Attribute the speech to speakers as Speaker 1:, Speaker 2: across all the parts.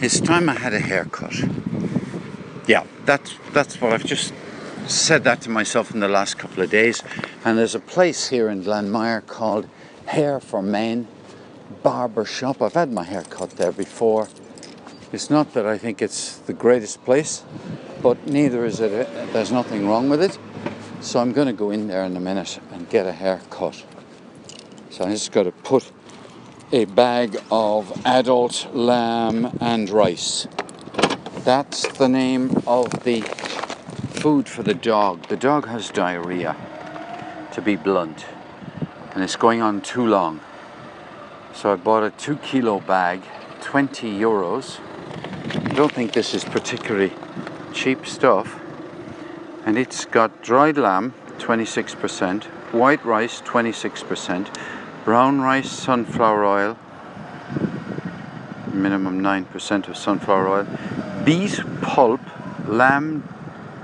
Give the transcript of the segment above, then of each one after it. Speaker 1: It's time I had a haircut. Yeah, that's that's what I've just said that to myself in the last couple of days. And there's a place here in Glenmire called Hair for Men Barber Shop. I've had my hair cut there before. It's not that I think it's the greatest place, but neither is it. There's nothing wrong with it. So I'm going to go in there in a minute and get a haircut. So I just got to put a bag of adult lamb and rice. That's the name of the food for the dog. The dog has diarrhea, to be blunt, and it's going on too long. So I bought a two kilo bag, 20 euros. I don't think this is particularly cheap stuff. And it's got dried lamb, 26%, white rice, 26%, brown rice, sunflower oil, minimum 9% of sunflower oil, beet pulp, lamb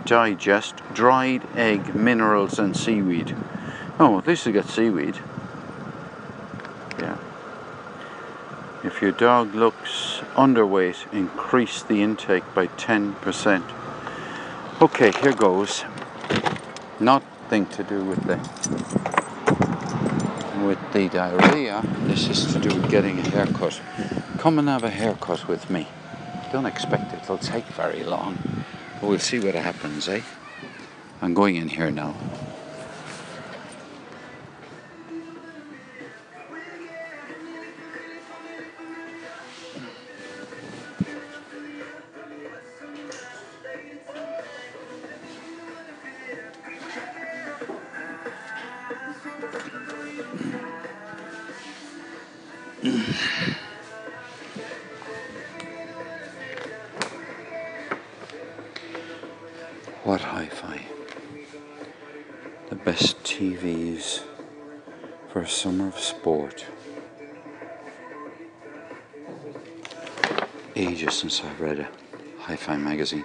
Speaker 1: digest, dried egg, minerals, and seaweed. Oh, at least they got seaweed. Yeah. If your dog looks underweight, increase the intake by 10%. Okay, here goes. Nothing to do with the with the diarrhea. This is to do with getting a haircut. Come and have a haircut with me. Don't expect it. It'll take very long. But we'll see what happens, eh? I'm going in here now. What hi fi? The best TVs for a summer of sport. Ages since I've read a hi fi magazine.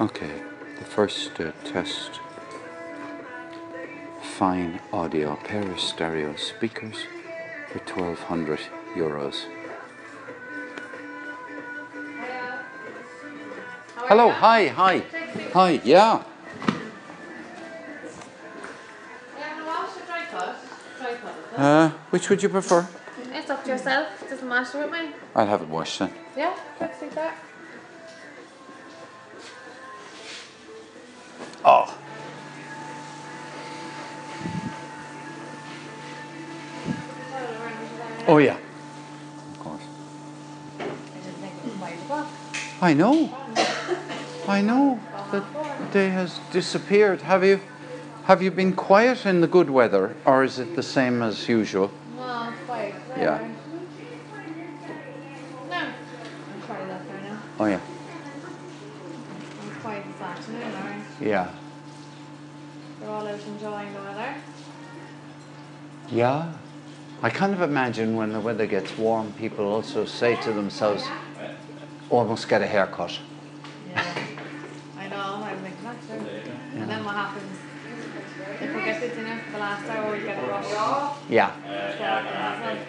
Speaker 1: Okay, the first uh, test fine audio Paris stereo speakers for 1200 euros. Hello, hi, hi, hi, yeah. Uh, which would you prefer?
Speaker 2: It's up to yourself. It doesn't matter with me.
Speaker 1: I'll have it washed then.
Speaker 2: Yeah, let's do that.
Speaker 1: Oh. Oh, yeah. Of course.
Speaker 2: I didn't think it was five o'clock.
Speaker 1: I know. I know. The day has disappeared. Have you have you been quiet in the good weather or is it the same as usual?
Speaker 2: Well, five.
Speaker 1: Yeah.
Speaker 2: whatever. No. I'm quite left right now.
Speaker 1: Oh yeah.
Speaker 2: I'm quite this afternoon, alright?
Speaker 1: Yeah.
Speaker 2: They're all out enjoying the weather.
Speaker 1: Yeah. I kind of imagine when the weather gets warm people also say to themselves almost get a haircut.
Speaker 2: Yeah. I know, I'm thinking that too. And then what happens? If we get to dinner for the last hour, we get a rush.
Speaker 1: Yeah.
Speaker 2: That's what happens,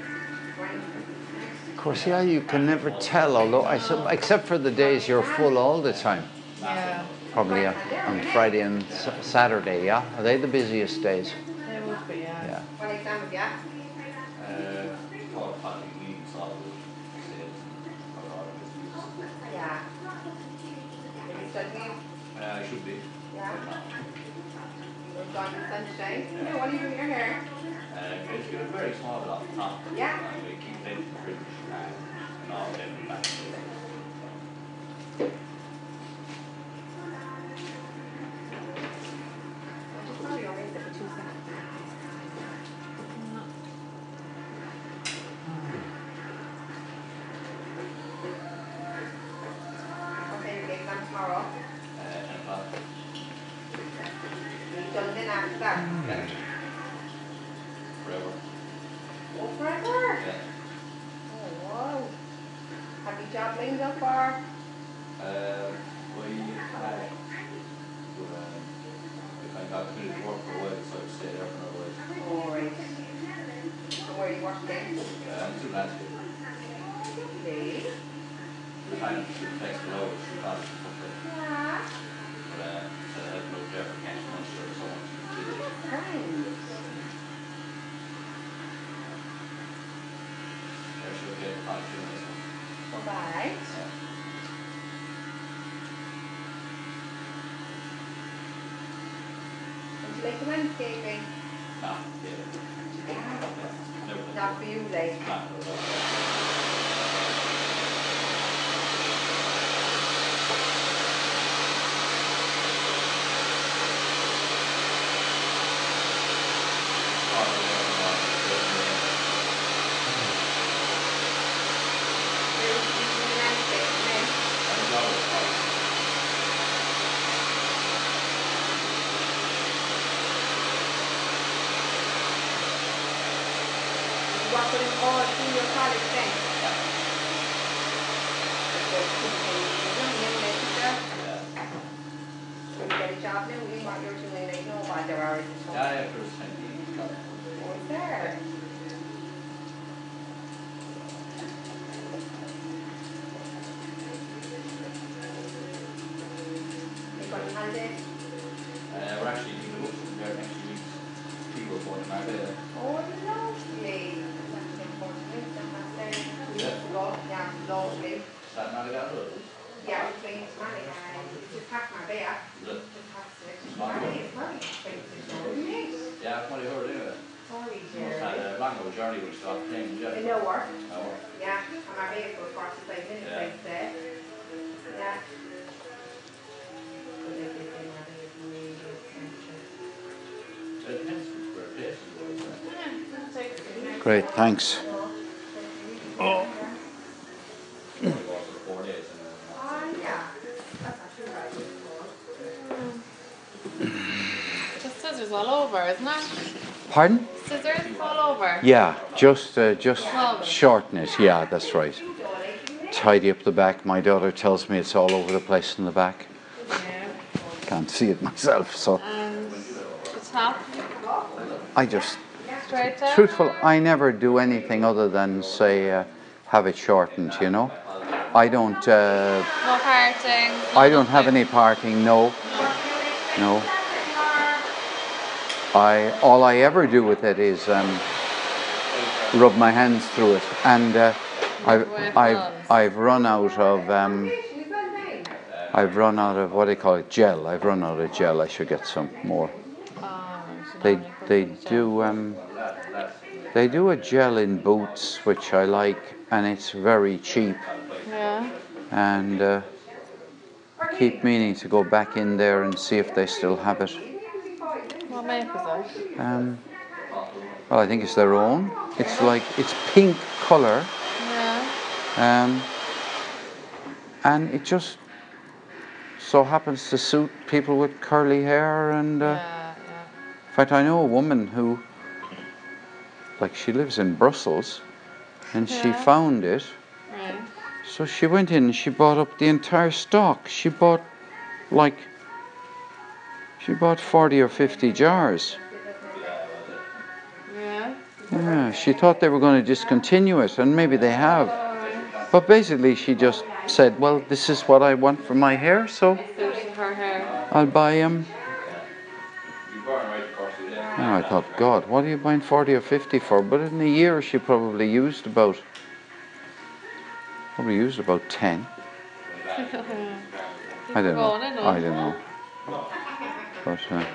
Speaker 1: Of course, yeah, you can never tell although I sub- except for the days you're full all the time.
Speaker 2: isn't it? Yeah.
Speaker 1: Probably uh, on Friday and s- Saturday, yeah? Are they the busiest days?
Speaker 2: They would be, yeah.
Speaker 1: Yeah.
Speaker 3: Uh, should be. Uh, it's got a very small lot of top.
Speaker 4: Yeah.
Speaker 3: And we keep it in the fridge and, and all then back to the uh, ten o'clock. Yeah. Forever. Yeah.
Speaker 4: Oh, wow. travelling so far?
Speaker 3: Um, we had, um, if I got to work for a while, so I stayed there for a while.
Speaker 4: Alright. So where you work then?
Speaker 3: Um, to Glasgow.
Speaker 4: Today.
Speaker 3: Kind of to the place below, which we thought was okay. But, uh, so I had moved there for next month, so it's almost completed. There should be a part two in this one.
Speaker 4: Alright.
Speaker 3: Yeah.
Speaker 4: Would you like eh? the landscaping?
Speaker 3: No, yeah. Yeah. Never been.
Speaker 4: Not for you, like.
Speaker 3: Not for us. Oh,
Speaker 4: You're doing the landscaping then.
Speaker 3: yeah, no, I know.
Speaker 4: You work with it all through your college eh? then? Okay, so you
Speaker 3: Yeah.
Speaker 4: can- you get a job now, you want your doing, like, no bother hours and so on.
Speaker 3: Yeah, yeah, first time being cut.
Speaker 4: What's there? You got a hand in?
Speaker 3: Uh, we're actually leaving the from there next week. People going to Marbella.
Speaker 4: Oh, lovely. That's important, that's there. We
Speaker 3: Yeah.
Speaker 4: used to go, yeah, lovely.
Speaker 3: Is that not a good one?
Speaker 4: Yeah, we played money and you pack my bear.
Speaker 3: Is it?
Speaker 4: Just have to, it's money, it's money. Thanks,
Speaker 3: Yeah, I've only heard anyway.
Speaker 4: Sorry,
Speaker 3: It's had
Speaker 4: Jerry.
Speaker 3: a long old journey we stopped playing, yeah.
Speaker 4: It no work.
Speaker 3: Oh,
Speaker 4: Yeah, and my vehicle for forty-five minutes,
Speaker 3: Yeah.
Speaker 4: they said. Yeah.
Speaker 3: it depends where places were.
Speaker 1: Great, thanks.
Speaker 4: Oh.
Speaker 3: We were going for four days and then.
Speaker 4: Oh, yeah. That's actually right.
Speaker 2: Just scissors all over, isn't it?
Speaker 1: Pardon?
Speaker 2: Scissors all over.
Speaker 1: Yeah, just uh, just
Speaker 2: Flawless.
Speaker 1: shorten it. Yeah, that's right. Tidy up the back. My daughter tells me it's all over the place in the back.
Speaker 2: Yeah.
Speaker 1: Can't see it myself, so
Speaker 2: And the top,
Speaker 1: I just
Speaker 2: right there.
Speaker 1: truthful. I never do anything other than say uh, have it shortened. You know, I don't. Uh,
Speaker 2: No parting.
Speaker 1: I don't have any parting. No, no. I all I ever do with it is um, rub my hands through it, and uh, I've I've I've run out of. Um, I've run out of what do you call it gel. I've run out of gel. I should get some more.
Speaker 2: Um, so
Speaker 1: They
Speaker 2: now you put
Speaker 1: they
Speaker 2: these down.
Speaker 1: do um, they do a gel in boots which I like, and it's very cheap.
Speaker 2: Yeah.
Speaker 1: And uh, keep meaning to go back in there and see if they still have it.
Speaker 2: What make is that?
Speaker 1: Um, well, I think it's their own. It's like it's pink color,
Speaker 2: Yeah.
Speaker 1: um, and it just so happens to suit people with curly hair and. Uh,
Speaker 2: Yeah. yeah.
Speaker 1: In fact, I know a woman who, like, she lives in Brussels and she
Speaker 2: Yeah.
Speaker 1: found it.
Speaker 2: Right.
Speaker 1: So she went in and she bought up the entire stock. She bought, like, she bought 40 or 50 jars.
Speaker 2: Yeah.
Speaker 1: Yeah, she thought they were going to discontinue it, and maybe they have.
Speaker 2: Oh,
Speaker 1: But basically, she just said, Well, this is what I want for my hair, so
Speaker 2: it suited her hair.
Speaker 1: I'll buy them.
Speaker 3: You burn right across the day.
Speaker 1: And I thought, God, what are you buying 40 or 50 for? But in a year, she probably used about, probably used about 10. I don't know.
Speaker 2: Going in
Speaker 1: I
Speaker 2: or-
Speaker 1: don't know. But uh,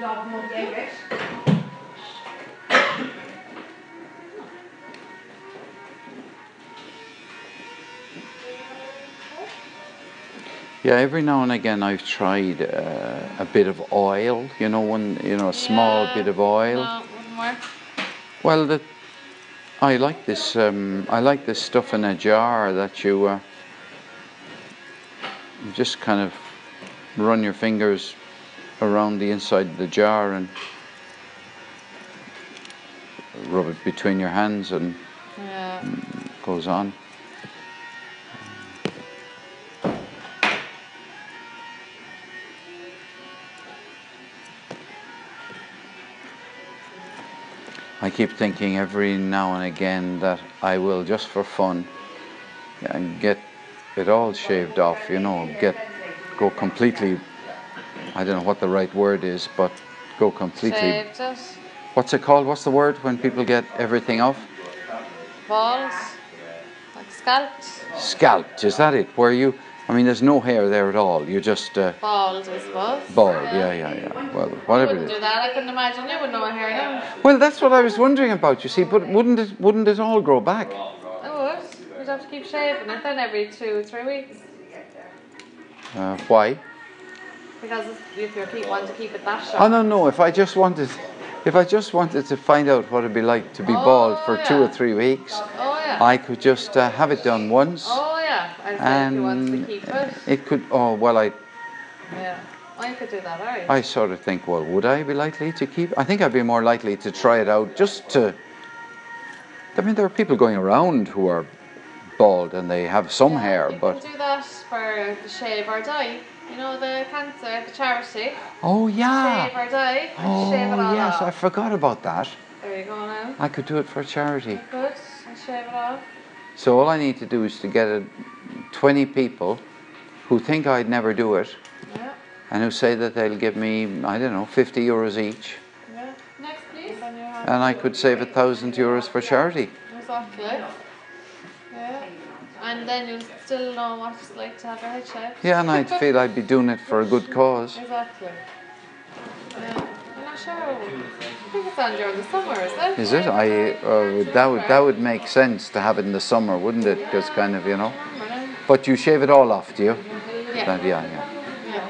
Speaker 4: Love more David.
Speaker 1: yeah, every now and again, I've tried uh, a bit of oil. You know, one, you know, a small
Speaker 2: Yeah.
Speaker 1: bit of oil.
Speaker 2: No, it wouldn't work.
Speaker 1: Well, the, I like this. Um, I like this stuff in a jar that you uh, you just kind of run your fingers around the inside of the jar and rub it between your hands and
Speaker 2: Yeah.
Speaker 1: goes on. I keep thinking every now and again that I will just for fun and get it all shaved off, you know, get go completely I don't know what the right word is, but go completely
Speaker 2: Saved us.
Speaker 1: what's it called? What's the word when people get everything off?
Speaker 2: Balls. Like scalps.
Speaker 1: Scalped, is that it? Where you, I mean, there's no hair there at all. You're just uh,
Speaker 2: Balls, I suppose.
Speaker 1: bald. Yeah, yeah, yeah. Well, whatever
Speaker 2: Wouldn't
Speaker 1: it
Speaker 2: do
Speaker 1: is.
Speaker 2: that. I couldn't imagine it with no hair now.
Speaker 1: Well, that's what I was wondering about. You see, but wouldn't it wouldn't it all grow back?
Speaker 2: I would. We'd have to keep shaving it then every two, three weeks.
Speaker 1: Uh, why?
Speaker 2: Because it's- if you keep want to keep it that short.
Speaker 1: I don't know. Oh, If I just wanted, if I just wanted to find out what it'd be like to be bald for two or three weeks,
Speaker 2: Oh yeah.
Speaker 1: I could just uh, have it done once,
Speaker 2: oh yeah. I said if you want to
Speaker 1: and
Speaker 2: keep it.
Speaker 1: it could. Oh well, I
Speaker 2: Yeah. I could do that, alright.
Speaker 1: I sort of think, well, would I be likely to keep? I think I'd be more likely to try it out just to. I mean, there are people going around who are bald and they have some
Speaker 2: Yeah,
Speaker 1: hair,
Speaker 2: you
Speaker 1: but
Speaker 2: can do that for the shave or die. You know the cancer, the charity.
Speaker 1: oh yeah,
Speaker 2: Shave or die.
Speaker 1: oh
Speaker 2: shave it all
Speaker 1: yes, I
Speaker 2: off.
Speaker 1: forgot about that.
Speaker 2: There you go now.
Speaker 1: I could do it for charity.
Speaker 2: Good. And shave it off.
Speaker 1: So all I need to do is to get a, twenty people who think I'd never do it
Speaker 2: Yeah.
Speaker 1: and who say that they'll give me, I don't know, fifty euros each,
Speaker 2: Yeah. Next please. And you have
Speaker 1: and I could save a thousand euros for charity.
Speaker 2: Exactly. Yeah. And then you'll still know what it's like to have your head shaved.
Speaker 1: Yeah, and I'd feel I'd be doing it for a good cause.
Speaker 2: Exactly. Yeah. I'm not sure. I think it's on during the summer, is it?
Speaker 1: Is it? I uh, that would that would make sense to have it in the summer, wouldn't it? Because kind of you know. But you shave it all off, do you?
Speaker 2: Yeah.
Speaker 1: That- yeah, yeah.
Speaker 2: yeah.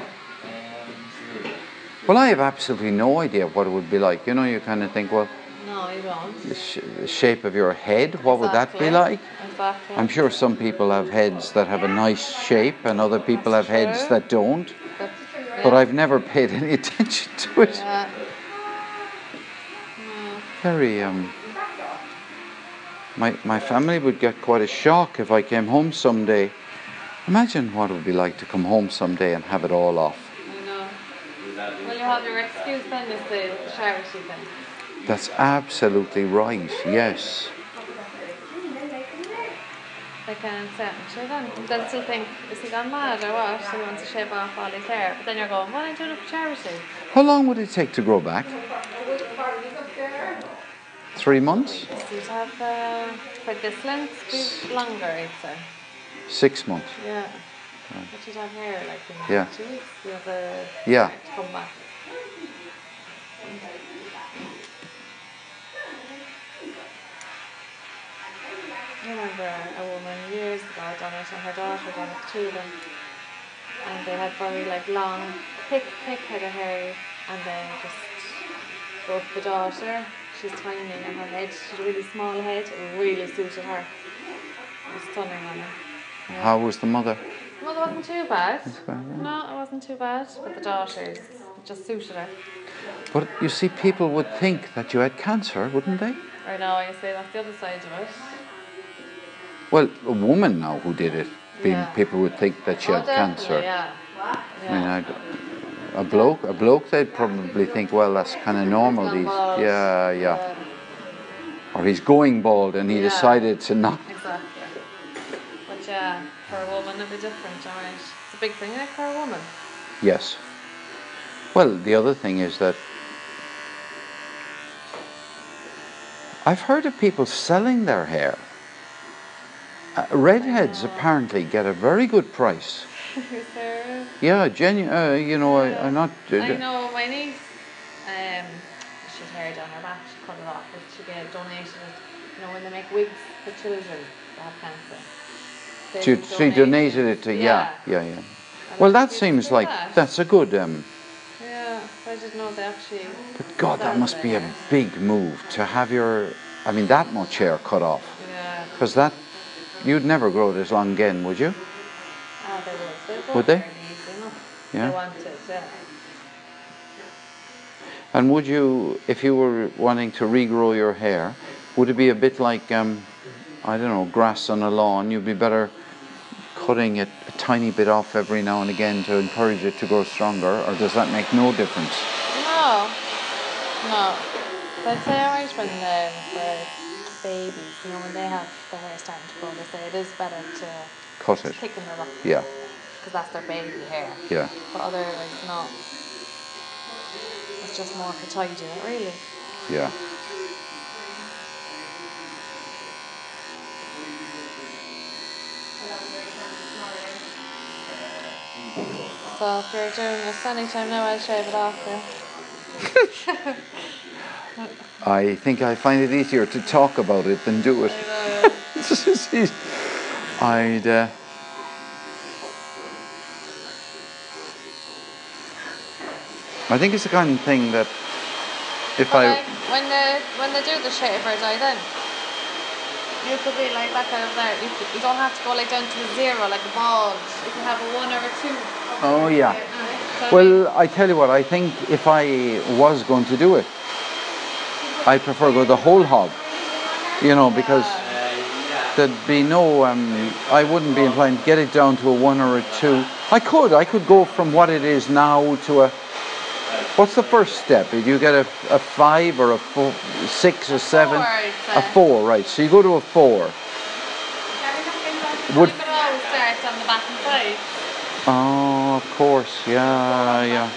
Speaker 1: Well, I have absolutely no idea what it would be like. You know, you kind of think, well,
Speaker 2: No, you don't.
Speaker 1: the, sh- the shape of your head, what would that be
Speaker 2: Exactly.
Speaker 1: like?
Speaker 2: Exactly.
Speaker 1: I'm sure some people have heads that have a nice shape, and other people have heads that don't.
Speaker 2: That's-
Speaker 1: But I've never paid any attention to it.
Speaker 2: yeah.
Speaker 1: Very um. My, my family would get quite a shock if I came home someday. Imagine what it would be like to come home someday and have it all off.
Speaker 2: I know. Will you have your excuse then is the charity then?
Speaker 1: That's absolutely right, yes.
Speaker 2: They can sentence you then. They'll still think, is he gone mad or what? So he wants to shave off all his hair. But then you're going, well, I'm doing it for charity.
Speaker 1: How long would it take to grow back? Three months?
Speaker 2: So you'd have, uh, for this length, be longer, I'd say.
Speaker 1: Six months.
Speaker 2: Yeah. But you'd have hair like in
Speaker 1: Hmm. Yeah.
Speaker 2: two weeks. You have a
Speaker 1: Yeah.
Speaker 2: to come back. I remember a woman years ago done it and her daughter done it too then. And they had very like long, thick, thick head of hair and then just both the daughter, she's tiny and her head, she's a really small head, it really suited her. It was stunning on her.
Speaker 1: How was the mother?
Speaker 2: Well, it wasn't too bad. No, it wasn't too bad. But the daughters it just suited her.
Speaker 1: But you see, people would think that you had cancer, wouldn't they?
Speaker 2: Right now, I say that's the other side of it.
Speaker 1: Well, a woman now who did it, be-
Speaker 2: Yeah.
Speaker 1: people would think that she
Speaker 2: Oh,
Speaker 1: had cancer.
Speaker 2: definitely, Yeah.
Speaker 1: I mean,
Speaker 2: Yeah.
Speaker 1: I'd, a bloke, a bloke, they'd probably think, well, that's kind of normal.
Speaker 2: Gone
Speaker 1: These,
Speaker 2: bald.
Speaker 1: yeah, yeah. Or he's going bald, and he
Speaker 2: Yeah.
Speaker 1: decided to not.
Speaker 2: Exactly. But yeah, for a woman it'd be different, alright. It's a big thing, like for a woman.
Speaker 1: Yes. Well, the other thing is that I've heard of people selling their hair. Uh, redheads apparently get a very good price.
Speaker 2: Is there-
Speaker 1: Yeah, genu- uh, you know, I, I'm not.
Speaker 2: I know my niece. Um, she's hair down her back. She cut it off, but she get donated. it. You know when they make wigs for children that have cancer. they
Speaker 1: She,
Speaker 2: would
Speaker 1: she
Speaker 2: donate
Speaker 1: donated it to yeah, yeah, yeah. Well, that seems like that's a good. Um,
Speaker 2: Yeah, I didn't know they actually.
Speaker 1: But God, that must be a big move to have your, I mean, that much hair cut off.
Speaker 2: Yeah.
Speaker 1: Because that, you'd never grow this long again, would you?
Speaker 2: Oh, they would. They
Speaker 1: Would they?
Speaker 2: fairly easy enough.
Speaker 1: Yeah.
Speaker 2: They wanted, yeah.
Speaker 1: And would you, if you were wanting to regrow your hair, would it be a bit like, um, I don't know, grass on a lawn? You'd be better cutting it a tiny bit off every now and again to encourage it to grow stronger, or does that make no difference?
Speaker 2: No, no. But it's always when the, the babies, you know, when they have their hair starting to grow, they say it is better to
Speaker 1: Cut it.
Speaker 2: thicken them up
Speaker 1: Yeah,
Speaker 2: because that's their baby hair.
Speaker 1: yeah.
Speaker 2: But otherwise, no. It's just more for tidying it, really.
Speaker 1: Yeah.
Speaker 2: So if you're doing this anytime now, I'll shave it off. Yeah.
Speaker 1: I think I find it easier to talk about it than do it. This is easy. I'd. Uh, I think it's the kind of thing that if
Speaker 2: But
Speaker 1: I.
Speaker 2: like when they when they do the shavers, I then you could be like that kind of there. You, could, you don't have to go like down to a zero like a bald. You can have a one or a two.
Speaker 1: Oh, yeah.
Speaker 2: So
Speaker 1: Well, I tell you what, I think if I was going to do it, I prefer go the whole hog, you know, because there'd be no, um, I wouldn't be inclined to get it down to a one or a two. I could, I could go from what it is now to a, what's the first step? Do you get a, a five or a four, six or seven?
Speaker 2: four, I'd
Speaker 1: A
Speaker 2: say.
Speaker 1: four, right. So you go to a four.
Speaker 2: you
Speaker 1: Would,
Speaker 2: could always start on the back and side.
Speaker 1: oh, of course, yeah, yeah.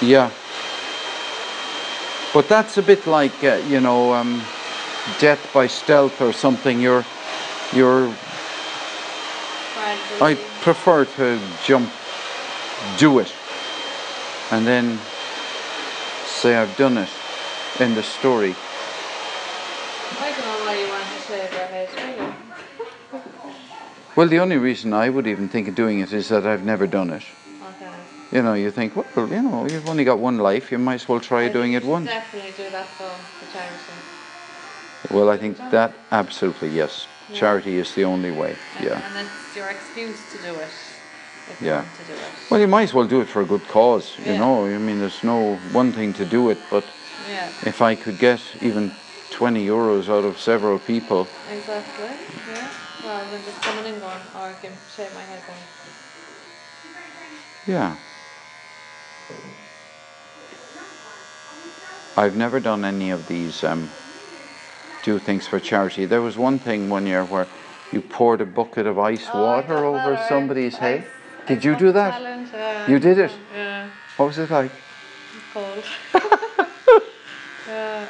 Speaker 2: So
Speaker 1: Yeah. But that's a bit like uh, you know um, death by stealth or something. You're you're. I
Speaker 2: gradually.
Speaker 1: prefer to jump, do it, and then say I've done it. End of story.
Speaker 2: I don't know why you want to shave your head. Really.
Speaker 1: Well, the only reason I would even think of doing it is that I've never done it.
Speaker 2: Okay.
Speaker 1: You know, you think, well, you know, you've only got one life. You might as well try
Speaker 2: I
Speaker 1: doing it
Speaker 2: think you should
Speaker 1: once.
Speaker 2: Definitely do that for the charity.
Speaker 1: Well, I think that absolutely yes.
Speaker 2: Yeah.
Speaker 1: Charity is the only way.
Speaker 2: And-
Speaker 1: Yeah.
Speaker 2: And that's your excuse to do it. If
Speaker 1: Yeah.
Speaker 2: You want to do it.
Speaker 1: Well, you might as well do it for a good cause, you
Speaker 2: Yeah.
Speaker 1: know. I mean, there's no one thing to do it, but
Speaker 2: Yeah.
Speaker 1: if I could get even 20 euros out of several people,
Speaker 2: Exactly. Yeah. Rather than just coming in going, oh, I can shave my head going.
Speaker 1: yeah. I've never done any of these um, do things for charity. There was one thing one year where you poured a bucket of ice
Speaker 2: Oh, I
Speaker 1: water
Speaker 2: done
Speaker 1: over
Speaker 2: that, or
Speaker 1: somebody's
Speaker 2: ice-
Speaker 1: head. Did
Speaker 2: ice
Speaker 1: you do
Speaker 2: bucket
Speaker 1: that?
Speaker 2: challenge, yeah.
Speaker 1: You did it?
Speaker 2: Yeah.
Speaker 1: What was it like?
Speaker 2: It's cold. yeah.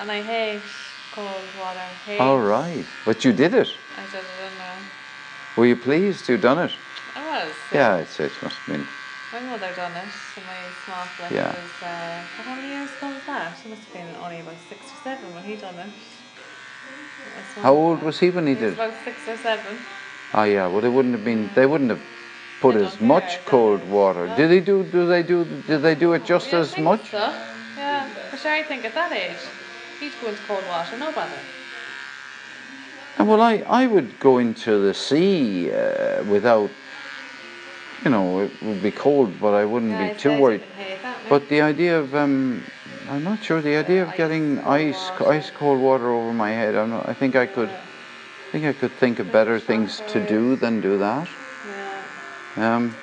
Speaker 2: And I hate cold water. Hate.
Speaker 1: All right. But you did it.
Speaker 2: I did it in there.
Speaker 1: Were you pleased you done it?
Speaker 2: I was.
Speaker 1: Yeah, it's, it must have been.
Speaker 2: My mother done it. So my small flick
Speaker 1: Yeah.
Speaker 2: was, uh, God, how many years ago was that? She must have been only about six or seven when he done it. That's
Speaker 1: How
Speaker 2: when-
Speaker 1: old was he when he
Speaker 2: He was
Speaker 1: did?
Speaker 2: about six or seven.
Speaker 1: Ah, yeah. Well, they wouldn't have been. They wouldn't have put
Speaker 2: They
Speaker 1: as
Speaker 2: don't care,
Speaker 1: much
Speaker 2: don't
Speaker 1: cold
Speaker 2: they?
Speaker 1: water.
Speaker 2: No.
Speaker 1: Did they do? Do they do? Did they do it just
Speaker 2: Yeah, I
Speaker 1: as
Speaker 2: think
Speaker 1: much?
Speaker 2: So. Yeah, for sure. I think at that age, he'd go into cold water, no bother.
Speaker 1: And well, I I would go into the sea uh, without. You know, it would be cold, but I wouldn't
Speaker 2: yeah,
Speaker 1: be too worried.
Speaker 2: But
Speaker 1: But the idea of um, I'm not sure. The idea of
Speaker 2: ice
Speaker 1: getting
Speaker 2: cold
Speaker 1: ice
Speaker 2: water.
Speaker 1: ice cold water over my head. I'm not, I think I could. I think I could think of better things to
Speaker 2: shocker.
Speaker 1: do than do that.
Speaker 2: yeah.
Speaker 1: Um,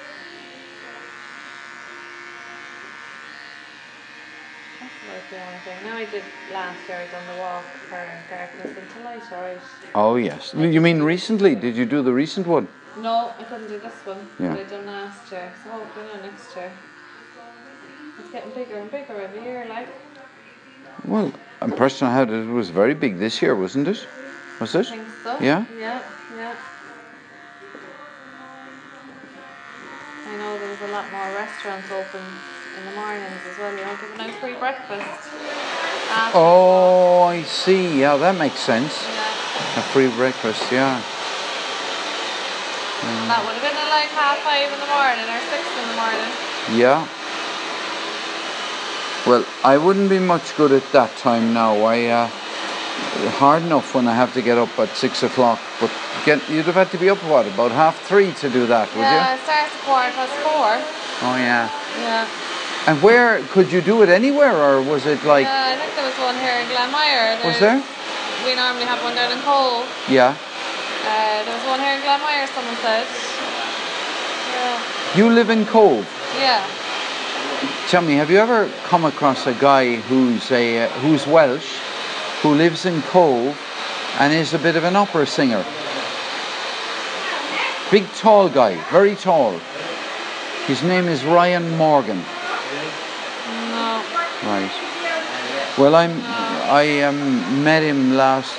Speaker 2: that's about the only thing. Now I did last year. I done the walk from darkness into light. All right.
Speaker 1: oh yes. You mean recently? Did you do the recent one?
Speaker 2: No, I couldn't do this one.
Speaker 1: Yeah.
Speaker 2: But I done last year. So hopefully not next year. It's getting bigger and bigger every year. Like
Speaker 1: Well, impression I had it was very big this year, wasn't it? Was
Speaker 2: I
Speaker 1: it?
Speaker 2: think so.
Speaker 1: Yeah?
Speaker 2: Yeah. Yeah. I know there was a lot more restaurants open in the mornings as well. You know, giving out free breakfast. Um, After
Speaker 1: Oh, I see. Yeah, that makes sense.
Speaker 2: Yeah,
Speaker 1: A free breakfast. Yeah.
Speaker 2: that would have been at like half five in the morning or six in the morning.
Speaker 1: Yeah. Well, I wouldn't be much good at that time now. I uh, hard enough when I have to get up at six o'clock, but get, you'd have had to be up what about half three to do that, would
Speaker 2: yeah,
Speaker 1: you?
Speaker 2: it starts at quarter past four.
Speaker 1: Oh yeah.
Speaker 2: Yeah.
Speaker 1: And where could you do it anywhere, or was it like?
Speaker 2: yeah, I think there was one here in Glenmire.
Speaker 1: was there?
Speaker 2: We normally have one down in Cole.
Speaker 1: Yeah.
Speaker 2: Uh, there was one here in Glenmire, someone said. Yeah.
Speaker 1: You live in Cove.
Speaker 2: Yeah.
Speaker 1: Tell me, have you ever come across a guy who's a uh, who's Welsh, who lives in Cove, and is a bit of an opera singer? Big tall guy, very tall. His name is Ryan Morgan.
Speaker 2: No.
Speaker 1: Right. Well, I'm I um, met him last,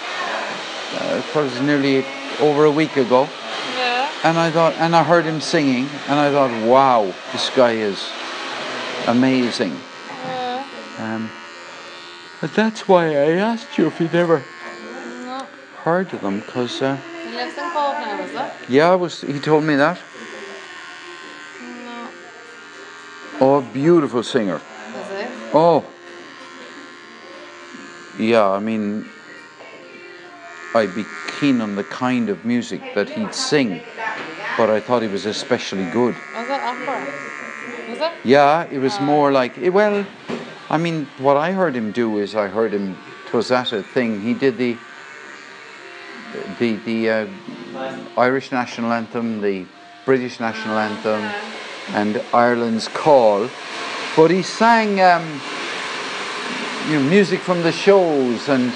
Speaker 1: uh, probably nearly over a week ago,
Speaker 2: Yeah.
Speaker 1: and I thought, and I heard him singing, and I thought, wow, this guy is amazing.
Speaker 2: Yeah.
Speaker 1: Um, but that's why I asked you if you'd ever
Speaker 2: No.
Speaker 1: heard of them, because uh,
Speaker 2: He lives in Cove now, is it?
Speaker 1: yeah, I was. He told me that.
Speaker 2: No.
Speaker 1: Oh, beautiful singer.
Speaker 2: Is it?
Speaker 1: Oh. Yeah, I mean, I'd be keen on the kind of music that he'd sing, but I thought he was especially good.
Speaker 2: Was it opera? Was it?
Speaker 1: Yeah, it was more like, eh, well, I mean, what I heard him do is I heard him, 'twas that a thing, he did the, the, the uh, Irish national anthem, the British national anthem, and Ireland's call. But he sang, um, you know, music from the shows and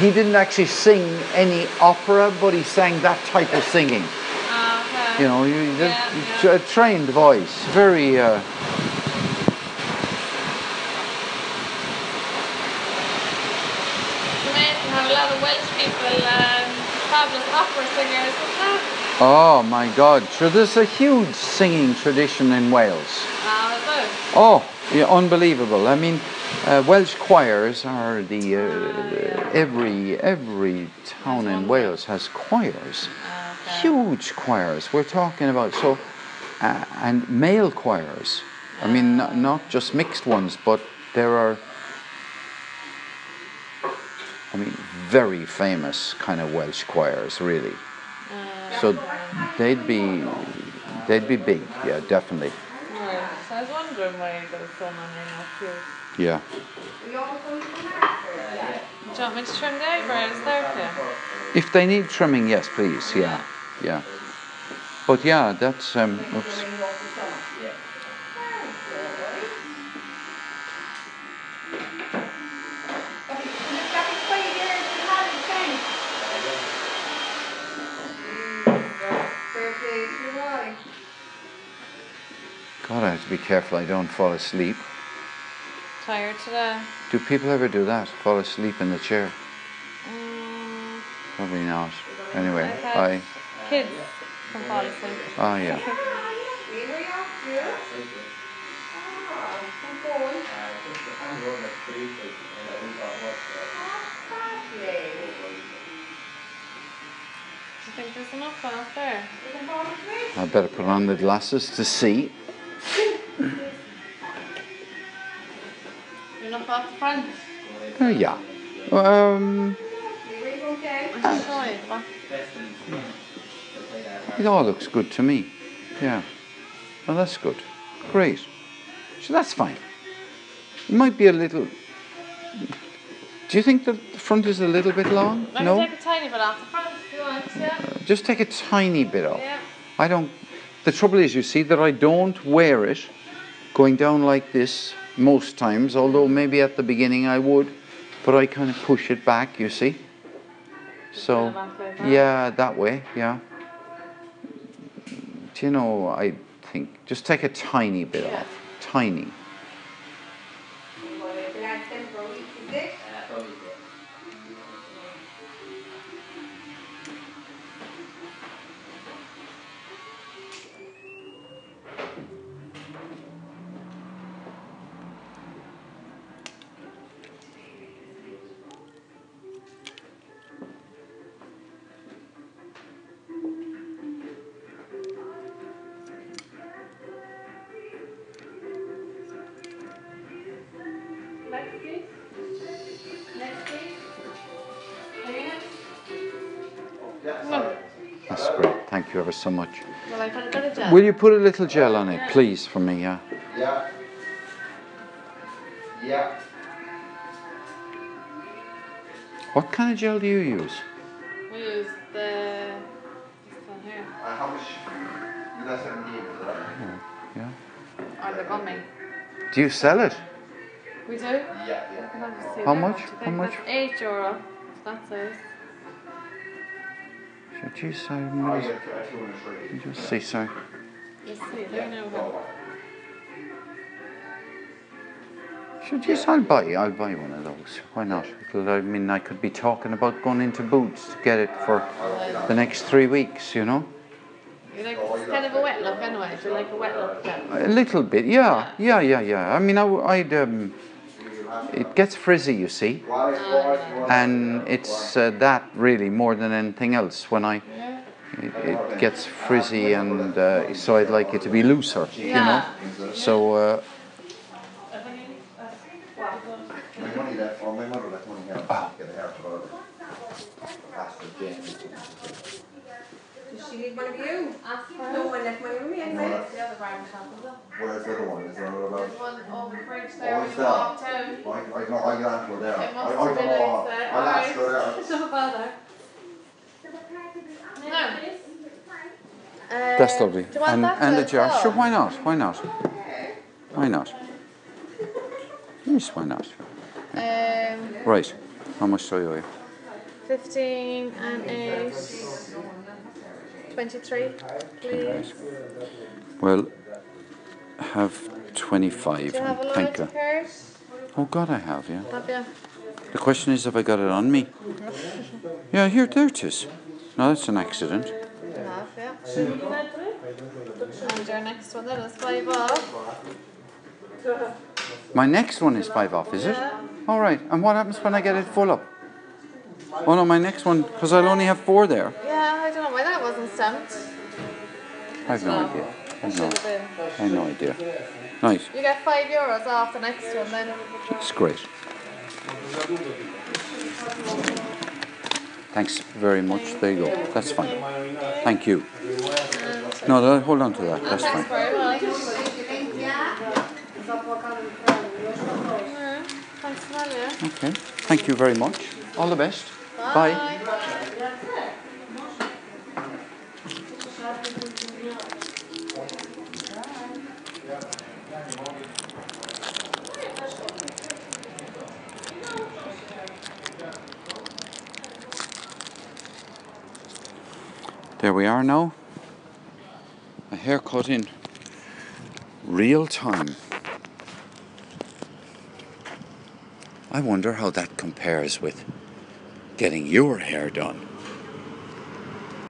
Speaker 1: he didn't actually sing any opera, but he sang that type of singing.
Speaker 2: Okay.
Speaker 1: You know, you, you-
Speaker 2: Yeah,
Speaker 1: you-
Speaker 2: yeah.
Speaker 1: a trained voice, very. Uh,
Speaker 2: It's amazing how a lot of Welsh people, um, fabulous opera singers, isn't it?
Speaker 1: oh my God! Sure, there's a huge singing tradition in Wales.
Speaker 2: Ah, is it?
Speaker 1: Oh, yeah, unbelievable! I mean, uh, Welsh choirs are the uh, every every town in Wales has choirs.
Speaker 2: Okay.
Speaker 1: huge choirs we're talking about so uh, and male choirs i mean not, not just mixed ones but there are i mean very famous kind of welsh choirs really so they'd be they'd be big yeah definitely
Speaker 2: Right. So I was wondering why there was so many not here.
Speaker 1: yeah
Speaker 2: Do you want me to trim the eyebrows there for you?
Speaker 1: if they need trimming yes please yeah yeah but yeah that's um oops. god i have to be careful i don't fall asleep
Speaker 2: Tired today?
Speaker 1: do people ever do that fall asleep in the chair
Speaker 2: Mm,
Speaker 1: Probably not. Anyway,
Speaker 2: I've had
Speaker 1: I.
Speaker 2: Kids can fall asleep.
Speaker 1: Oh, yeah.
Speaker 4: Oh,
Speaker 2: Do you think there's enough one up there?
Speaker 1: I better put on the glasses to see.
Speaker 2: You're not off the front.
Speaker 1: Oh, yeah. Um,
Speaker 2: I'm just showing you.
Speaker 1: it all looks good to me. Yeah. Well, that's good. Great. So that's fine. It might be a little. Do you think the front is a little bit long?
Speaker 2: I
Speaker 1: no?
Speaker 2: can take a tiny bit off the front if you want, yeah?
Speaker 1: Just take a tiny bit off.
Speaker 2: Yeah.
Speaker 1: I don't. The trouble is, you see, that I don't wear it going down like this most times, although maybe at the beginning I would, but I kind of push it back, you see. So,
Speaker 2: Kind of back like that.
Speaker 1: yeah, that way, yeah. Do you know, I think just take a tiny bit
Speaker 2: Yeah.
Speaker 1: off. Tiny.
Speaker 2: Next please. Next please. Hang on.
Speaker 1: That's great. Thank you ever so much.
Speaker 2: Well, I put a bit of gel.
Speaker 1: Will you put a little gel on it, please, for me? Yeah.
Speaker 5: Yeah. Yeah.
Speaker 1: What kind of gel do you use?
Speaker 2: We use the this one here
Speaker 5: And Uh, how much? You got 17, is that?
Speaker 1: Yeah.
Speaker 2: or the gummy.
Speaker 1: Do you sell it?
Speaker 2: We do.
Speaker 5: Yeah,
Speaker 2: I
Speaker 5: yeah.
Speaker 2: can have to see
Speaker 1: How
Speaker 2: there,
Speaker 1: much?
Speaker 2: I have to
Speaker 1: How
Speaker 2: think.
Speaker 1: much?
Speaker 2: That's eight euro. That says.
Speaker 1: Should you say
Speaker 5: I
Speaker 1: money?
Speaker 5: get a 203.
Speaker 1: Just see, sorry.
Speaker 2: Let's see. There
Speaker 5: Yeah,
Speaker 2: now.
Speaker 5: go
Speaker 2: but-
Speaker 5: on.
Speaker 1: Should yes, I'll buy. I'll buy one of those. Why not? It'll, I mean, I could be talking about going into Boots to get it for the next three weeks. You know,
Speaker 2: You like it's kind of a wet look anyway. Do you like a wet look then?
Speaker 1: a little bit. Yeah, yeah, yeah, yeah. I mean, I, would um, it gets frizzy, you see,
Speaker 2: Oh,
Speaker 5: Why is boy-
Speaker 1: and it's uh, that really more than anything else. When I,
Speaker 2: Yeah.
Speaker 1: it, it gets frizzy, and uh, so I'd like it to be looser. You know,
Speaker 2: Yeah.
Speaker 1: so. Uh,
Speaker 5: My money left, or my mother left money here. Get a hair to order. Bastard, James.
Speaker 4: Did she leave one of you? No one left money with me,
Speaker 5: No,
Speaker 4: anyway.
Speaker 5: that's- Where's the other one? Is there another one?
Speaker 2: one over the bridge
Speaker 5: there when you walked
Speaker 2: out.
Speaker 5: I, I, no, I got into it there.
Speaker 2: It
Speaker 5: I, I,
Speaker 2: must have been
Speaker 5: oh,
Speaker 2: outside.
Speaker 5: I got into it there.
Speaker 2: Don't bother. No.
Speaker 1: That's lovely. and and the jar. Sure, why not? Why not? Why not? Yes, why not?
Speaker 2: Um,
Speaker 1: Right. How much do you owe you?
Speaker 2: 15 and 8. 23, please.
Speaker 1: Well, have 25.
Speaker 2: Do you have a
Speaker 1: and Thank
Speaker 2: loyalty
Speaker 1: you.
Speaker 2: card?
Speaker 1: Oh, God, I have, yeah.
Speaker 2: Have you?
Speaker 1: The question is, have I got it on me? Yeah, here, there it is. No, that's an accident.
Speaker 2: Have, yeah. And your next one then is 5 off.
Speaker 1: My next one is 5 off, is it?
Speaker 2: Yeah.
Speaker 1: All right. And what happens when I get it full up? Oh, no, my next one, because I'll only have 4 there.
Speaker 2: Yeah, I don't know why that wasn't stamped.
Speaker 1: I have no idea. I have no,
Speaker 2: Should have been.
Speaker 1: I have no idea. Right.
Speaker 2: You get 5 euros off the next one then.
Speaker 1: It's great. Thanks very much. There you go. That's fine. Thank you. No, no, hold on to that. That's fine.
Speaker 2: Thanks very much. Yeah, Thanks, Malia.
Speaker 1: Okay. Thank you very much. All the best. Bye. There we are now. A haircut in real time. I wonder how that compares with getting your hair done.